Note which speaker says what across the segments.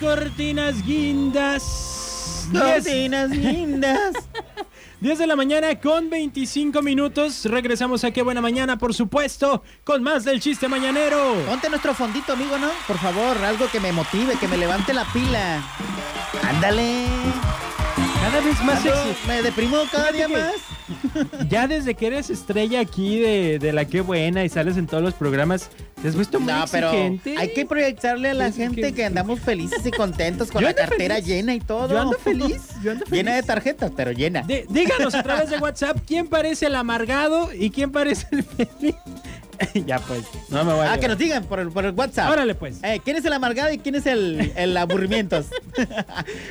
Speaker 1: Cortinas guindas. Diez-
Speaker 2: Cortinas lindas.
Speaker 1: 10 de la mañana con 25 minutos. Regresamos a Qué Buena Mañana, por supuesto, con más del chiste mañanero.
Speaker 2: Ponte nuestro fondito, amigo, ¿no? Por favor, algo que me motive, que me levante la pila. Ándale.
Speaker 1: Cada vez más
Speaker 2: Ando-
Speaker 1: sexy.
Speaker 2: Me deprimo cada
Speaker 1: Fíjate
Speaker 2: día
Speaker 1: que-
Speaker 2: más.
Speaker 1: Ya desde que eres estrella aquí de, de la Qué Buena y sales en todos los programas, te has visto muy
Speaker 2: No, pero
Speaker 1: exigente.
Speaker 2: hay que proyectarle a la
Speaker 1: Es
Speaker 2: gente
Speaker 1: que-
Speaker 2: que andamos felices y contentos con
Speaker 1: Yo
Speaker 2: la
Speaker 1: ando
Speaker 2: cartera
Speaker 1: feliz.
Speaker 2: llena y todo.
Speaker 1: Yo ando feliz, yo ando feliz.
Speaker 2: Llena de tarjetas, pero llena. Ah,
Speaker 1: De- díganos a través de WhatsApp quién parece el amargado y quién parece el feliz. ya pues, no me voy a.
Speaker 2: Ah, que
Speaker 1: llevar.
Speaker 2: nos digan por el, por el WhatsApp.
Speaker 1: Órale pues.
Speaker 2: Eh, ¿Quién es el amargado y quién es el, el aburrimientos?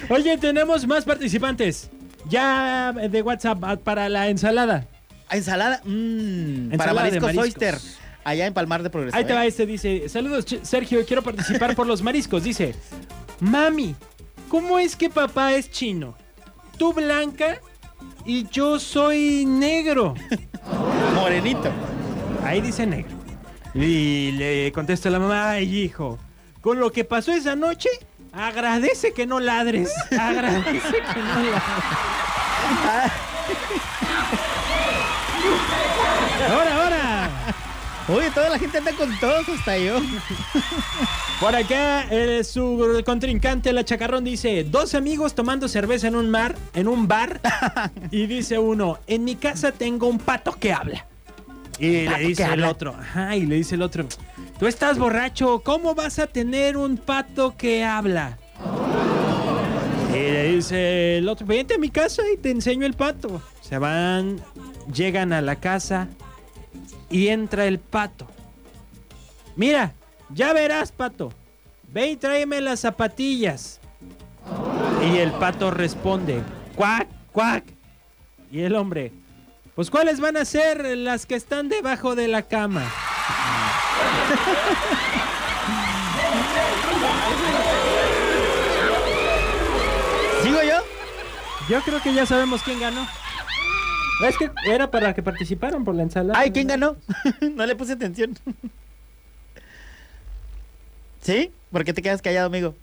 Speaker 1: Oye, tenemos más participantes. Ya eh, de WhatsApp ah, para la ensalada.
Speaker 2: Ensalada, mmm, para
Speaker 1: Ensalada de
Speaker 2: mariscos,
Speaker 1: mariscos.
Speaker 2: Oyster. Allá en Palmar de Progreso.
Speaker 1: Ahí te
Speaker 2: eh.
Speaker 1: va este, dice, saludos Ch- Sergio, quiero participar por los mariscos. Dice, mami, ¿cómo es que papá es chino? Tú blanca y yo soy negro.
Speaker 2: Morenito.
Speaker 1: Ahí dice negro. Y le contesta la mamá, ay hijo, con lo que pasó esa noche, agradece que no ladres. Agradece que no ladres. Ahora, ahora.
Speaker 2: Oye, toda la gente anda con todos, hasta yo.
Speaker 1: Por acá, eh, su contrincante, la chacarrón, dice: Dos amigos tomando cerveza en un mar, en un bar. y dice uno: En mi casa tengo un pato que habla. Y
Speaker 2: pato
Speaker 1: le
Speaker 2: que
Speaker 1: dice el
Speaker 2: habla.
Speaker 1: otro: Ajá, y le dice el otro: Tú estás borracho, ¿cómo vas a tener un pato que habla? Y le dice el otro: Vente a mi casa y te enseño el pato. Se van, llegan a la casa y entra el pato. Mira, ya verás, pato. Ve y tráeme las zapatillas. Y el pato responde, cuac, cuac. Y el hombre, pues cuáles van a ser las que están debajo de la cama.
Speaker 2: ¿Sigo yo?
Speaker 1: Yo creo que ya sabemos quién ganó. Es que era para que participaron por la ensalada.
Speaker 2: Ay, ¿quién ganó? no le puse atención. ¿Sí? ¿Por qué te quedas callado, amigo?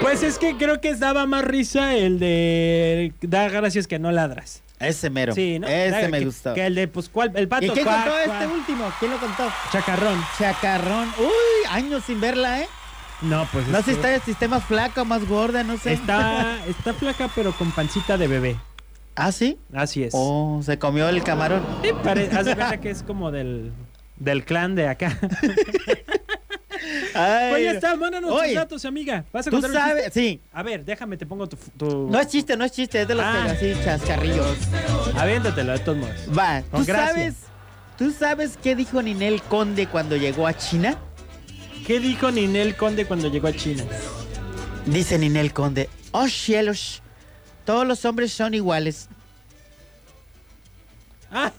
Speaker 1: Pues es que creo que daba más risa el de da gracias que no ladras.
Speaker 2: Ese mero.
Speaker 1: Sí, ¿no?
Speaker 2: Ese
Speaker 1: Da-
Speaker 2: me
Speaker 1: que-
Speaker 2: gustó.
Speaker 1: Que el de, pues, ¿cuál? El pato,
Speaker 2: ¿Y quién
Speaker 1: cuac,
Speaker 2: contó
Speaker 1: cuac.
Speaker 2: este último? ¿Quién lo contó?
Speaker 1: Chacarrón.
Speaker 2: Chacarrón. Uy, años sin verla, ¿eh?
Speaker 1: No, pues.
Speaker 2: No
Speaker 1: es
Speaker 2: sé si
Speaker 1: que-
Speaker 2: está, si está más flaca, más gorda, no sé.
Speaker 1: Está, está flaca, pero con pancita de bebé.
Speaker 2: ¿Ah, sí?
Speaker 1: Así es.
Speaker 2: Oh, se comió el camarón.
Speaker 1: Sí, pare- haz de cuenta que es como del, del clan de acá.
Speaker 2: Ay,
Speaker 1: Oye, está, mándanos tus
Speaker 2: Oye.
Speaker 1: datos, amiga. ¿Vas a
Speaker 2: Tú
Speaker 1: contar un chiste?
Speaker 2: sabes, sí.
Speaker 1: A ver, déjame, te pongo tu. tu...
Speaker 2: No es chiste, no es chiste, es de los
Speaker 1: Ah.
Speaker 2: que- así, chascarrillos.
Speaker 1: Aviéntatelo, de todos modos.
Speaker 2: Va,
Speaker 1: Con
Speaker 2: ¿tú
Speaker 1: gracia.
Speaker 2: sabes, ¿tú sabes qué dijo Ninel Conde cuando llegó a China?
Speaker 1: ¿Qué dijo Ninel Conde cuando llegó a China?
Speaker 2: Dice Ninel Conde, oh cielos, todos los hombres son iguales.
Speaker 1: Ah,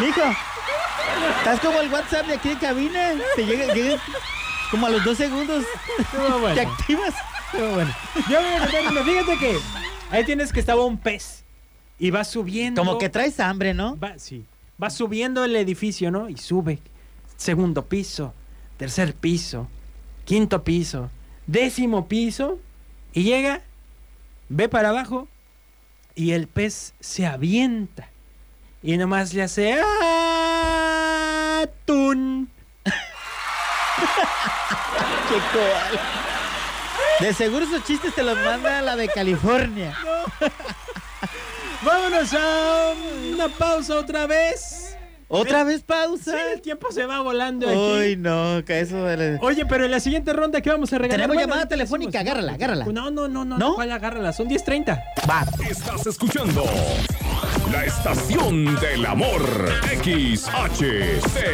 Speaker 2: Mijo, estás como el WhatsApp de aquí de cabina, te llega, llega como a los dos segundos,
Speaker 1: estuvo
Speaker 2: te
Speaker 1: bueno.
Speaker 2: activas.
Speaker 1: estuvo bueno. Yo voy a contar uno. Fíjate que ahí tienes que estaba un pez y va subiendo.
Speaker 2: Como que traes hambre, ¿no?
Speaker 1: Va, sí. Va subiendo el edificio, ¿no? Y sube. Segundo piso, tercer piso, quinto piso, décimo piso. Y llega, ve para abajo y el pez se avienta. Y nomás le hace... ¡Atún!
Speaker 2: Qué coal. De seguro esos chistes te los manda la de California.
Speaker 1: Vámonos a una pausa otra vez.
Speaker 2: ¿Otra vez
Speaker 1: Sí,
Speaker 2: pausa?
Speaker 1: el tiempo se va volando
Speaker 2: Uy,
Speaker 1: aquí.
Speaker 2: no, que eso... de-
Speaker 1: Oye, pero en la siguiente ronda que vamos a regalar...
Speaker 2: Tenemos llamada
Speaker 1: ahorita decimos.
Speaker 2: telefónica, agárrala, agárrala.
Speaker 1: No, no, no, no,
Speaker 2: ¿No?
Speaker 1: ¿Cuál agárrala? Son 10.30.
Speaker 2: Va.
Speaker 3: Estás escuchando la estación del amor. XHC.